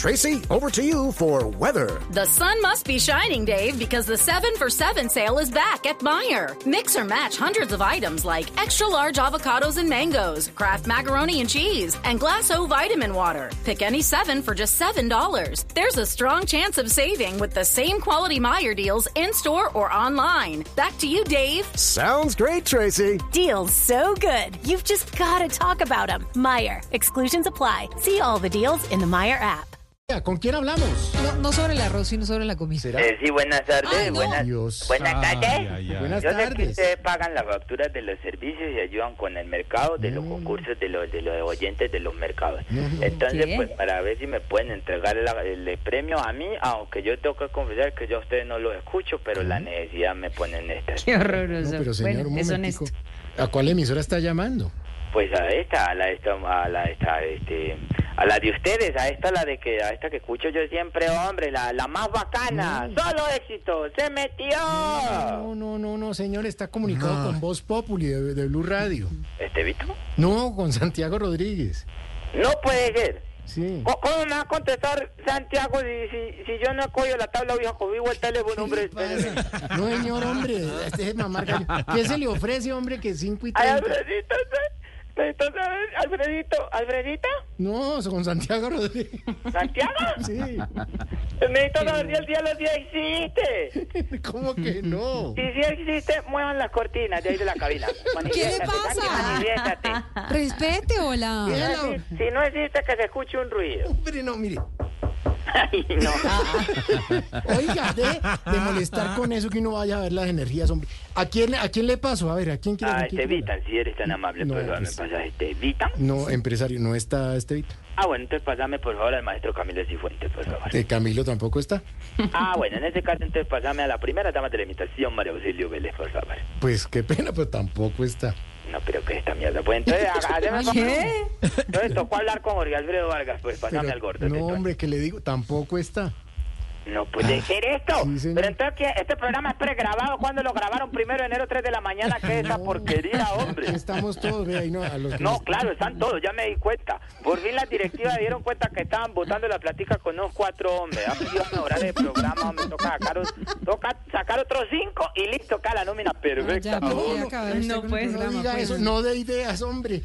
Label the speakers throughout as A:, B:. A: Tracy, over to you for weather.
B: The sun must be shining, Dave, because the 7 for 7 sale is back at Meyer. Mix or match hundreds of items like extra large avocados and mangoes, Kraft macaroni and cheese, and Glass O vitamin water. Pick any 7 for just $7. There's a strong chance of saving with the same quality Meyer deals in store or online. Back to you, Dave.
A: Sounds great, Tracy.
C: Deals so good. You've just got to talk about them. Meyer. Exclusions apply. See all the deals in the Meyer app.
D: ¿Con quién hablamos?
E: No, no sobre el arroz, sino sobre la comida.
D: ¿Será?
F: Eh, sí, buenas tardes,
E: Ay, no.
F: buenas,
D: Dios.
F: buenas
D: Ay,
F: tardes.
D: ay, ay. Buenas
F: Yo sé que
D: tardes.
F: ustedes pagan las facturas de los servicios y ayudan con el mercado, de
D: Mm.
F: los concursos, de los, de los oyentes de los mercados. Entonces,
E: ¿Qué?
F: pues para ver si me pueden entregar la- el premio a mí, aunque yo tengo que confesar que yo a ustedes no los escucho, pero la necesidad me pone en esta.
E: Qué horroroso.
D: No, pero señor,
E: bueno,
D: un
E: es
D: momentico.
E: honesto.
D: ¿A cuál emisora está llamando?
F: Pues a esta, a la esta, a la esta, este, a la de ustedes, a esta la de que, a esta que escucho yo siempre, hombre, la, la más bacana,
D: Mm.
F: solo éxito, se metió.
D: No, no, no, no, señor, está comunicado con Voz Populi de, de Blue Radio.
F: ¿Este Vito?
D: No, con Santiago Rodríguez.
F: No puede ser.
D: Sí.
F: Co- ¿Cómo me va a contestar Santiago si, si, si yo no cojo la tabla vieja conmigo el teléfono, hombre? eh. este. espéreme.
D: No, señor, hombre, este es mamar gallo. ¿Qué se le ofrece, hombre, que 5 y
F: Ay,
D: 30?
F: Alfredito, se- entonces, Alfredito, Alfredita,
D: No, con Santiago Rodríguez.
F: Santiago,
D: Sí.
F: necesito saber si el cielo sí existe.
D: ¿Cómo que no?
F: Si sí existe, muevan las cortinas de ahí de la cabina. Manifiéstate,
E: pasa?
F: Santi, manifiéstate.
E: Ah. Respete, hola.
D: Míralo.
F: Si no existe, que se escuche un ruido.
D: Hombre, no, mire.
F: Ay, no.
D: Oiga, de, de molestar con eso que uno vaya a ver las energías, hombre. ¿A quién, a quién le paso? A ver, ¿a quién quiere?
F: Ah,
D: con quién
F: este
D: quiere
F: Vitan, si eres tan amable,
D: No,
F: por favor, me
D: pues-
F: pasas este Vitan.
D: hablar? No, empresario, no está Estevita.
F: Ah, bueno, entonces pasame, por favor, al maestro Camilo Cifuentes, por favor.
D: Eh, Camilo tampoco está.
F: Ah, bueno, en ese caso entonces pasame a la primera dama de la imitación, María Auxilio Vélez, por favor.
D: Pues qué pena, pero tampoco está.
F: No, pero que esta mierda. Pues entonces, haga- haceme como-
E: ¿Qué?
F: Entonces tocó hablar con Jorge Alfredo Vargas, pues pasame
D: Pero-
F: al gordo.
D: no,
F: entonces.
D: hombre, que le digo, tampoco está.
F: No puede ser esto.
D: Sí, señor.
F: pero entonces, ¿qué? este programa es pregrabado. cuando lo grabaron? Primero de enero, 3 de la mañana. ¿Qué es esa porquería, hombre?
D: Aquí estamos todos, vea, ahí no, a los que
F: No,
D: nos-
F: claro, están todos, ya me di cuenta. Por fin las directivas dieron cuenta que estaban votando la platica con unos cuatro hombres. Ha pedido mejorar el programa, me toca sacar, un- toca sacar otros cinco y listo, acá la nómina perfecta.
E: Ah, Ya podía
F: Oh,
E: acabar usted
G: No,
E: con el
G: pues,
D: No
E: programa,
D: diga
E: pues.
D: eso, no de ideas, hombre.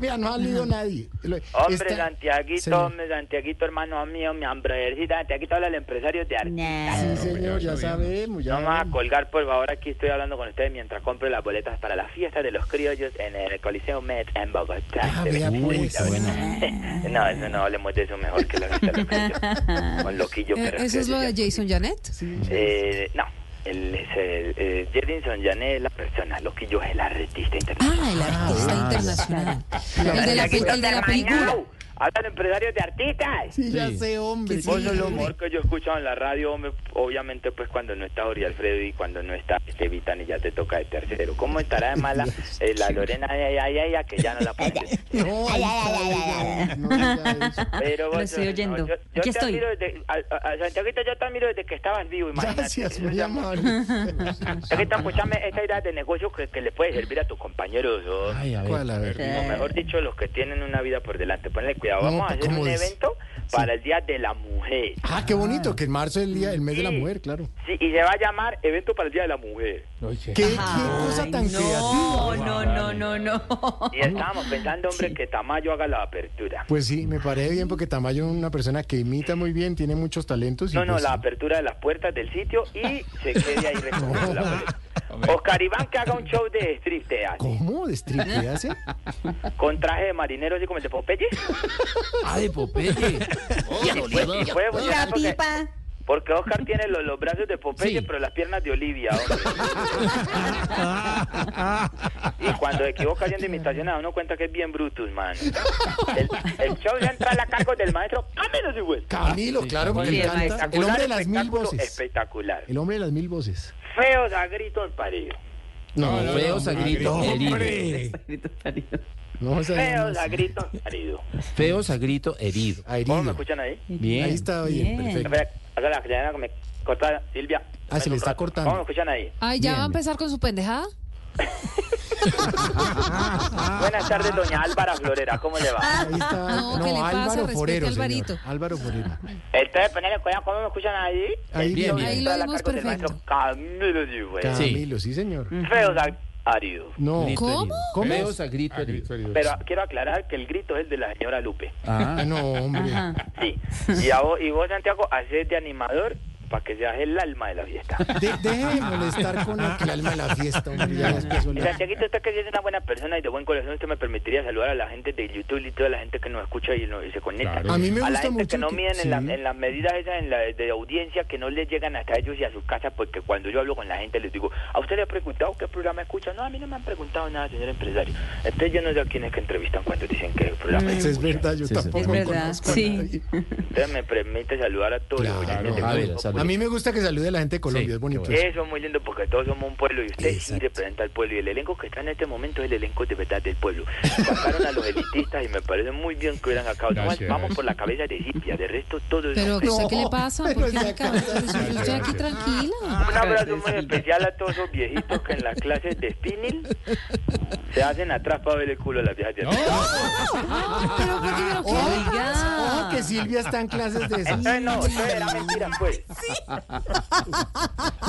D: Vea, no ha salido nadie. Lo-
F: Hombre,
D: está-
F: Santiaguito,
D: Señor.
F: hombre, Santiaguito, hermano mío, mi hambrodercita, Santiaguito, habla el empresario de arte.
D: Sí, señor, ya sabemos, ya
F: No vamos a
D: sabemos.
F: colgar, por favor, aquí estoy hablando con ustedes mientras compro las boletas para la fiesta de los criollos en el Coliseo Met en Bogotá.
D: Ah, vea, pues.
F: No, eso no hablemos de eso mejor que la fiesta de los criollos. Con loquillo,
E: Eh,
F: pero
E: ¿Eso es lo de Jason Janet?
F: Eh, no, él es el, eh, Jedinson Janet es la persona, Loquillo es el artista internacional.
E: Ah, el artista internacional. Ah, El de la, pe- el de la película.
F: Hablan empresarios de artistas.
D: Sí, ya sé, hombre.
F: Vos
D: sí,
F: sos lo
D: hombre.
F: mejor que yo he escuchado en la radio, hombre. obviamente pues cuando no está Ori Alfredo y cuando no está este Vitani ya te toca de tercero. ¿Cómo estará de mala eh, la Lorena ay, ay, ay, ay, que ya no la pones?
D: No, ay, ay, ay, no diga eso.
F: Pero vos
G: Lo estoy
F: sos-
G: oyendo.
F: yo, yo
G: Aquí
F: te
G: estoy.
F: admiro desde, a, a- a Santiaguito, yo te admiro desde que estabas vivo, imagínate.
D: Gracias,
F: Eso
D: muy
F: ya-
D: amable.
F: Santiaguito, escúchame esta idea de negocio que, que le puede servir a tus compañeros. ¿no?
D: Ay, a ver. ¿Cuál? A ver.
F: O mejor dicho, los que tienen una vida por delante. Ponle cuidado,
D: No, pues,
F: vamos a hacer
D: ¿cómo
F: un
D: es?
F: evento para el Día de la Mujer.
D: Ah, qué bonito, que en marzo es el, día, el mes de la
F: Sí.
D: mujer, claro.
F: Sí, y se va a llamar Evento para el Día de la Mujer.
D: ¿Qué, qué cosa tan
G: No,
D: creativa.
G: no, no, no, no.
F: Y estábamos pensando, hombre, que Tamayo haga la apertura.
D: Pues Ah, sí, me parece bien porque Tamayo es una persona que imita muy bien, tiene muchos talentos. Y
F: No, no,
D: pues,
F: la apertura de las puertas del sitio y se quede ahí recogiendo la boleta. Oscar Iván que haga un show de strip teatro
D: ¿Cómo? ¿De striptease?
F: con traje de marinero así como el de Popeye.
H: Ah, de Popeye.
F: Y puede funcionar porque, porque Oscar tiene los, los brazos de Popeye
H: Sí.
F: pero las piernas de Olivia. hombre. y cuando se equivoca haciendo imitaciones da uno cuenta que es bien Brutus, man. El, el show entra a la cargo del maestro Camilo Sigüenza.
D: Camilo, claro, porque
G: Sí,
D: le
G: el
D: encanta. El
F: Espectacular,
D: hombre de las mil
F: espectáculo,
D: voces.
F: Espectacular.
D: El hombre de las mil voces.
F: Feos a gritos paridos.
D: No, no,
H: Feo
D: no,
H: sagrito herido.
D: no, o sea, no,
F: Feos
D: no,
F: a gritos paridos.
H: Feo sagrito herido.
D: a herido.
F: ¿Cómo me escuchan ahí?
H: Bien.
D: Ahí está bien, perfecto.
F: Espera, haga la que me corta Silvia.
D: Ah, se le está cortando.
F: ¿Cómo me escuchan ahí?
E: Ay, ¿ya
D: Bien.
E: va a empezar con su pendejada?
D: Ah.
F: Buenas tardes, doña Álvara Florera, ¿cómo le va?
D: Ahí está.
E: No, ¿qué le pasa? Respete a
D: Forero, señor.
E: Alvarito.
D: Álvaro Forero.
F: Entonces, ponele cuidado, ¿cómo me escuchan ahí?
D: Ahí bien,
H: Bien, bien.
E: Ahí lo
F: Está la
E: vimos
F: cargo del
E: perfecto.
F: maestro Camilo Yue.
D: Camilo, sí, señor.
F: Feos aridos.
D: No.
H: Grito
E: ¿Cómo?
H: herido.
D: ¿Cómo?
H: Feos a grito herido.
F: Pero quiero aclarar que el grito es de la señora Lupe.
D: Ah,
H: Ah,
D: no, hombre.
F: Sí. Y, a vos, y vos, Santiago, haces de animador para que seas el alma de la fiesta.
D: De- deje de molestar con el que el alma de la fiesta, hombre. Ya después
F: Y
D: suele-
F: Santiaguito, usted que es una buena persona y de buen corazón, usted me permitiría saludar a la gente de YouTube y toda la gente que nos escucha y, no- y se conecta.
D: A mí me
F: a la
D: gusta
F: gente
D: mucho.
F: que no miden
D: sí.
F: en, la- en las medidas esas en la, de audiencia que no les llegan hasta ellos y a sus casas, porque cuando yo hablo con la gente les digo, ¿a usted le ha preguntado qué programa escucha? No, a mí no me han preguntado nada, señor empresario. Entonces yo no sé a quiénes que entrevistan cuando dicen que el programa
D: Eso Pues es
F: escuchan.
D: verdad, yo
H: Sí, sí.
D: tampoco
E: Es verdad,
D: conozco a
G: sí.
D: nadie.
F: Entonces me permite saludar a todos
D: Mm. Claro.
F: los oyentes de
H: A ver,
F: Voz
H: salud.
D: A
F: Populi.
D: mí me gusta que salude a la gente de Colombia,
H: Sí,
D: es bonito.
H: qué bueno.
F: Eso es muy lindo porque todos somos un pueblo y usted sí
D: Exacto.
F: representa al pueblo. Y el elenco que está en este momento es el elenco de verdad del pueblo. Sacaron a los elitistas y me parece muy bien que hubieran acabado. Nomás
I: Gracias.
F: vamos por la cabeza de Cipia, de resto todo es
E: Pero,
F: hombre.
E: ¿usted ¿qué le pasa?
D: pero
E: ¿Por qué
D: ya
E: me acaba?
D: acaba.
E: Pero si yo estoy aquí tranquila.
F: Un abrazo muy especial a todos esos viejitos que en las clases de spinning se hacen atrás para ver el culo a las viejas de atrás.
E: Pero, ¿por qué me lo
D: Ojo,
E: quieres?
D: ojo Oh, que Silvia está en clases de eso.
F: Entonces no, eso era mentira pues.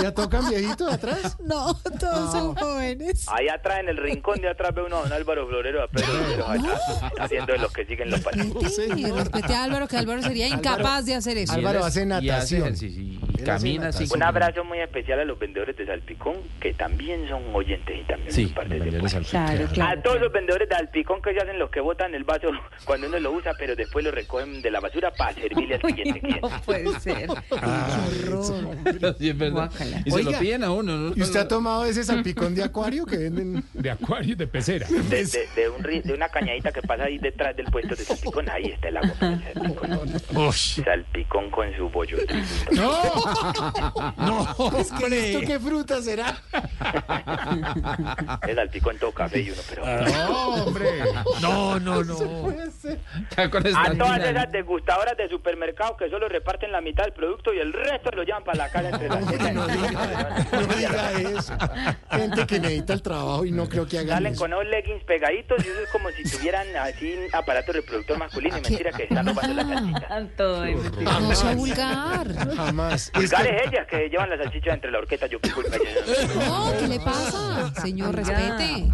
D: ¿Ya tocan viejito atrás?
E: No, todos son jóvenes.
F: Ahí atrás en el rincón de atrás ve uno a don Álvaro Florero a Pedro Rivero atrás, haciendo de los que siguen los palos.
E: Y respete a Álvaro, que Álvaro sería incapaz de hacer eso.
D: Álvaro
H: Él
D: hace
H: y
D: natación.
H: ejercicio y- y
D: hace
H: camina así.
D: natación.
F: Un
H: como-
F: abrazo muy especial a los vendedores de Salpicón, que también son oyentes y también
H: Sí,
F: son parte del
H: vendedores
F: pueblo.
H: al
G: Claro,
F: A
G: claro.
F: todos los vendedores de Salpicón que se hacen los que botan el vaso cuando uno lo usa, pero después lo recogen de la basura para servirle al siguiente
G: Uy,
F: cliente.
G: no puede ser.
H: Sí, es verdad.
G: Guácala.
H: Y se lo
D: Oiga,
H: piden a uno. ¿no?
D: ¿Y usted ha tomado ese salpicón de acuario que venden?
I: De acuario y de pecera.
F: De, de- de un ri- de una cañadita que pasa ahí detrás del puesto de Salpicón, ahí está el agua. para el Salpicón. Salpicón con su bollo.
I: ¡No! ¡No!
D: ¿Esto qué fruta será?
F: El Salpicón todo café y uno, pero...
D: Ah,
I: ¡No, hombre!
H: No, no, no. Ya con esta
F: A todas
H: final.
F: esas degustadoras de supermercados que solo reparten la mitad del producto y el resto lo llevan para la casa entre las
D: Hombre, no diga, no diga eso. Gente que necesita el trabajo y no creo que hagan
F: Salen
D: eso.
F: con unos leggings pegaditos y eso es como si tuvieran así aparato reproductor masculino y mentira que están robando la salchicha.
G: Tanto de mentira.
E: No sea vulgar.
D: Jamás. Es que-
F: Vulgares ellas que llevan la salchicha entre la horqueta, yo qué culpa.
E: No, ¿qué le pasa? Señor, respete.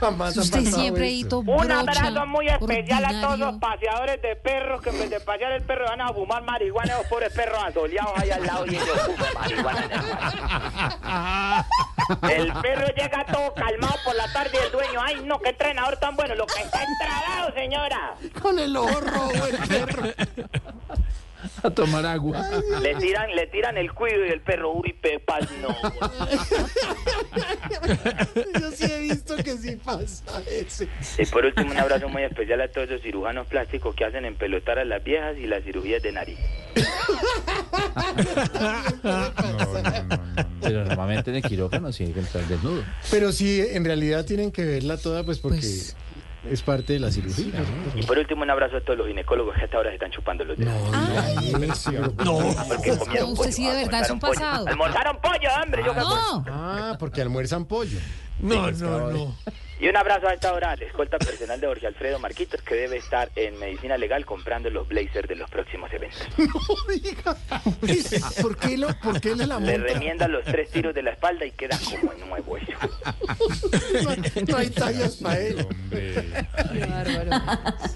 D: jamás ha
E: Usted
D: pasado
E: siempre
D: eso.
E: hito
F: Un
E: brocha,
F: abrazo muy especial a todos los
E: ordinario.
F: paseadores de perros que en vez de pasear el perro van a fumar marihuana esos pobres perros asoleados ahí al lado y ellos fuman marihuana. en el patio. El perro llega todo calmado por la tarde y el dueño, ay no, qué entrenador tan bueno, lo que está entrenado señora.
D: Con el ojo rojo, el perro.
H: A tomar agua.
F: Le tiran, le tiran el cuido y el perro, uy, pepas, no.
D: Yo sí he visto que sí pasa ese.
F: Y por último, un abrazo muy especial a todos los cirujanos plásticos que hacen empelotar a las viejas y las cirugías de nariz.
H: Pero normalmente en el quirófano sí hay que entrar desnudo.
D: Pero sí, en realidad tienen que verla toda, pues porque
E: Pues-
D: es parte de la cirugía. ¿no?
F: Y por último, un abrazo a todos los ginecólogos que hasta ahora se están chupando los dedos.
E: Ah.
F: Porque comieron
E: Pues, Usted
F: pollo,
E: sí de verdad es un
F: almorzaron pollo.
E: pasado.
F: Almorzaron pollo, hombre. yo me acuerdo.
E: No,
D: Ah, porque almuerzan pollo.
I: No,
H: pues,
I: no, no.
F: Y un abrazo a esta hora al escolta personal de Jorge Alfredo Marquitos, que debe estar en medicina legal comprando los blazers de los próximos eventos.
D: No diga. ¿Por qué, lo, por qué le la
F: Le
D: monta?
F: remienda los tres tiros de la espalda y queda como nuevo eso.
D: No hay- No hay tallas para él.
I: Hombre.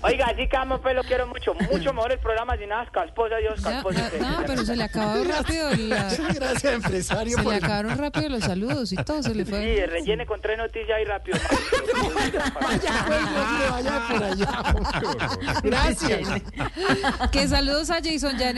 F: Oiga, así que amo, pues lo quiero mucho. Mucho mejor el programa sin nada, casposa, Dios,
E: ya,
F: casposa.
E: ya, no, pero se le acabaron rápido la-
D: Sí,
E: se
D: Gracias, empresario.
E: le
D: por-
E: acabaron rápido los saludos y todo se le
F: Sí,
E: fue.
F: rellene con tres noticias y rápido.
D: Vaya, pues, no se vaya por allá. Gracias.
E: Que saludos a Jason Janet.